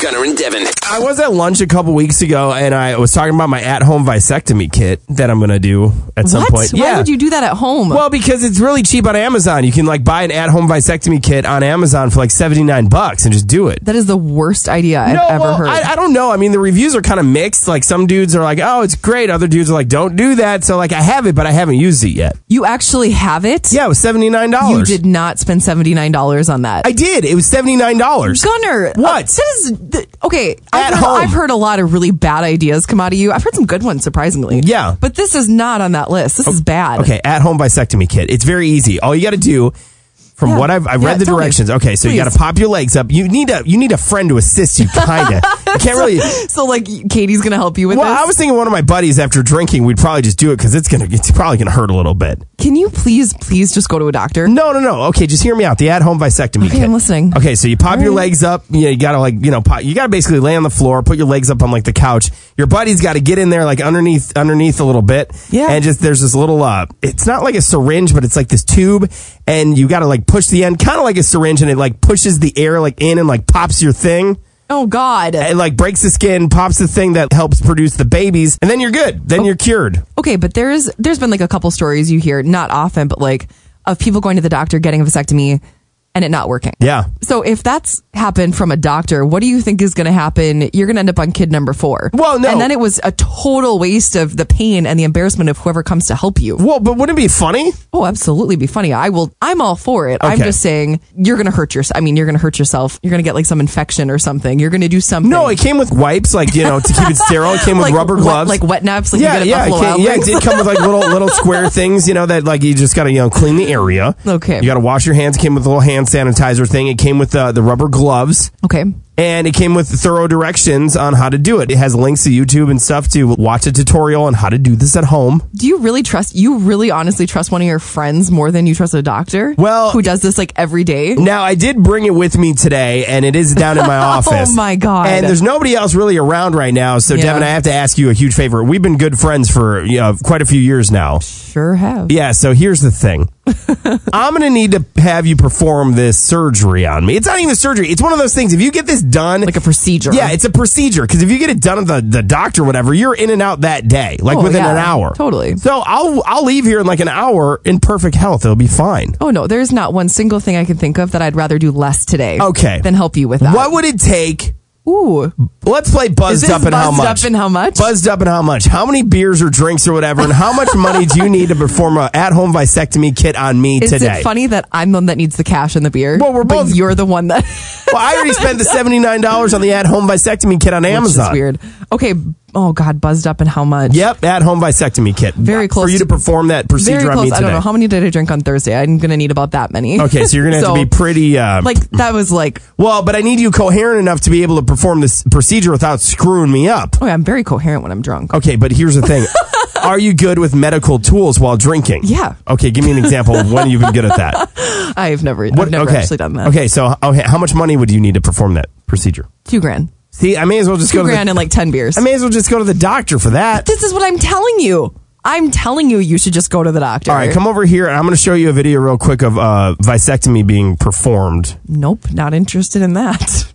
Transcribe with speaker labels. Speaker 1: Gunner and Devin.
Speaker 2: I was at lunch a couple weeks ago, and I was talking about my at-home vasectomy kit that I'm going to do at some
Speaker 3: What?
Speaker 2: point.
Speaker 3: Why
Speaker 2: yeah.
Speaker 3: would you do that at home?
Speaker 2: well, because it's really cheap on Amazon. You can like buy an at-home vasectomy kit on Amazon for like 79 bucks and just do it.
Speaker 3: that is the worst idea I've
Speaker 2: no,
Speaker 3: ever
Speaker 2: well,
Speaker 3: heard.
Speaker 2: I, I don't know. I mean, the reviews are kind of mixed. Like some dudes are like, "Oh, it's great." Other dudes are like, "Don't do that." So like, I have it, but I haven't used it yet.
Speaker 3: you actually have it?
Speaker 2: Yeah, it was seventy nine dollars.
Speaker 3: You did not spend seventy nine dollars on that.
Speaker 2: I did. It was seventy nine dollars.
Speaker 3: Gunner,
Speaker 2: What?
Speaker 3: uh, that is th- okay.
Speaker 2: At
Speaker 3: I've heard,
Speaker 2: home.
Speaker 3: I've heard a lot of really bad ideas come out of you. I've heard some good ones, surprisingly.
Speaker 2: Yeah.
Speaker 3: but this is not on that list. This is bad.
Speaker 2: Okay, at home vasectomy kit. It's very easy. All you got to do, from
Speaker 3: Yeah.
Speaker 2: what I've, I've
Speaker 3: Yeah,
Speaker 2: read the
Speaker 3: tell me.
Speaker 2: directions. Okay, so you
Speaker 3: Please.
Speaker 2: got to pop your legs up. You need a you need a friend to assist you. Kinda. you can't really.
Speaker 3: So, like, Katie's gonna help you with
Speaker 2: Well,
Speaker 3: this.
Speaker 2: I was thinking one of my buddies after drinking, we'd probably just do it because it's gonna it's probably gonna hurt a little bit.
Speaker 3: Can you please, please just go to a doctor?
Speaker 2: No, no, no. Okay, just hear me out. The at home vasectomy
Speaker 3: Okay,
Speaker 2: kit.
Speaker 3: I'm listening.
Speaker 2: Okay, so you pop your legs up. You, know, you gotta like you know pop, you gotta basically lay on the floor, put your legs up on like the couch. Your buddy's got to get in there like underneath underneath a little bit.
Speaker 3: Yeah.
Speaker 2: And just there's this little uh, it's not like a syringe, but it's like this tube, and you gotta like push the end, kind of like a syringe, and it like pushes the air like in and like pops your thing.
Speaker 3: Oh God.
Speaker 2: It like breaks the skin, pops the thing that helps produce the babies, and then you're good.
Speaker 3: Oh.
Speaker 2: Then you're cured.
Speaker 3: Okay, but there's there's been like a couple stories you hear, not often, but like of people going to the doctor getting a vasectomy and it not working.
Speaker 2: Yeah.
Speaker 3: So if that's happened from a doctor, what do you think is going to happen? You're going to end up on kid number four.
Speaker 2: Well, no.
Speaker 3: And then it was a total waste of the pain and the embarrassment of whoever comes to help you.
Speaker 2: Well, but wouldn't it be funny?
Speaker 3: Oh, absolutely, be funny. I will. I'm all for it. I'm
Speaker 2: Okay.
Speaker 3: just saying you're going to hurt yourself. I mean, you're going to hurt yourself. You're going to get like some infection or something. You're going to do something.
Speaker 2: No, it came with wipes, like you know, to keep it sterile. It came with
Speaker 3: Like
Speaker 2: rubber
Speaker 3: wet-
Speaker 2: gloves,
Speaker 3: like wet naps, like you get at
Speaker 2: yeah, it
Speaker 3: Buffalo
Speaker 2: came-
Speaker 3: Wild
Speaker 2: yeah. It
Speaker 3: Wings.
Speaker 2: did come with like little little square things, you know, that like you just gotta you know clean the area.
Speaker 3: Okay.
Speaker 2: you gotta wash your hands. It came with a little hand sanitizer thing. It came with uh, the rubber gloves.
Speaker 3: Okay.
Speaker 2: And it came with thorough directions on how to do it. It has links to YouTube and stuff to watch a tutorial on how to do this at home.
Speaker 3: Do you really trust? You really honestly trust one of your friends more than you trust a doctor?
Speaker 2: Well-
Speaker 3: who does this like every day?
Speaker 2: Now I did bring it with me today, and it is down in my office.
Speaker 3: Oh, my God.
Speaker 2: And there's nobody else really around right now, so
Speaker 3: Yeah.
Speaker 2: Devin, I have to ask you a huge favor. We've been good friends for you know, quite a few years now.
Speaker 3: Sure have.
Speaker 2: Yeah, so here's the thing. I'm going to need to have you perform this surgery on me. It's not even surgery. It's one of those things. If you get this done,
Speaker 3: Like uh-huh. a procedure.
Speaker 2: yeah, it's a procedure because if you get it done at the, the doctor, or whatever, you're in and out that day, like
Speaker 3: Oh,
Speaker 2: within
Speaker 3: yeah,
Speaker 2: an hour.
Speaker 3: totally.
Speaker 2: So I'll I'll leave here in like an hour in perfect health. It'll be fine.
Speaker 3: Oh no, there's not one single thing I can think of that I'd rather do less today.
Speaker 2: Okay.
Speaker 3: Than help you with that.
Speaker 2: What would it take?
Speaker 3: Ooh.
Speaker 2: Let's play
Speaker 3: Is
Speaker 2: buzzed
Speaker 3: this
Speaker 2: up and how
Speaker 3: buzzed
Speaker 2: much.
Speaker 3: up and how much?
Speaker 2: Buzzed up and how much? How many beers or drinks or whatever? And how much money do you need to perform a at home vasectomy kit on me
Speaker 3: Is
Speaker 2: today?
Speaker 3: it funny that I'm the one that needs the cash and the beer?
Speaker 2: Well, we're
Speaker 3: but
Speaker 2: both-
Speaker 3: You're the one that.
Speaker 2: Well, I already spent the seventy nine dollars on the at home vasectomy kit on Amazon.
Speaker 3: Which is weird. Okay. Oh God, buzzed up and how much?
Speaker 2: Yep, at home vasectomy kit.
Speaker 3: Very
Speaker 2: for
Speaker 3: close
Speaker 2: you to
Speaker 3: to-
Speaker 2: perform that procedure
Speaker 3: Very
Speaker 2: on me today.
Speaker 3: close. I don't know how many did I drink on Thursday. I'm gonna need about that many.
Speaker 2: okay, so you're gonna have to be pretty. Uh,
Speaker 3: like that was like.
Speaker 2: well, but I need you coherent enough to be able to perform this procedure without screwing me up.
Speaker 3: Oh, yeah, I'm very coherent when I'm drunk.
Speaker 2: Okay, but here's the thing: Are you good with medical tools while drinking?
Speaker 3: Yeah.
Speaker 2: Okay, give me an example of when you've been good at that.
Speaker 3: I've never, I've
Speaker 2: What-
Speaker 3: never
Speaker 2: okay.
Speaker 3: actually done that.
Speaker 2: Okay, so okay, how much money would you need to perform that procedure?
Speaker 3: Two grand.
Speaker 2: See, I may as well just
Speaker 3: Two
Speaker 2: go to
Speaker 3: grand
Speaker 2: the,
Speaker 3: and like 10 beers.
Speaker 2: I may as well just go to the doctor for that.
Speaker 3: this is what I'm telling you. I'm telling you, you should just go to the doctor.
Speaker 2: All right, come over here, and I'm going to show you a video real quick of uh, vasectomy being performed.
Speaker 3: Nope, not interested in that.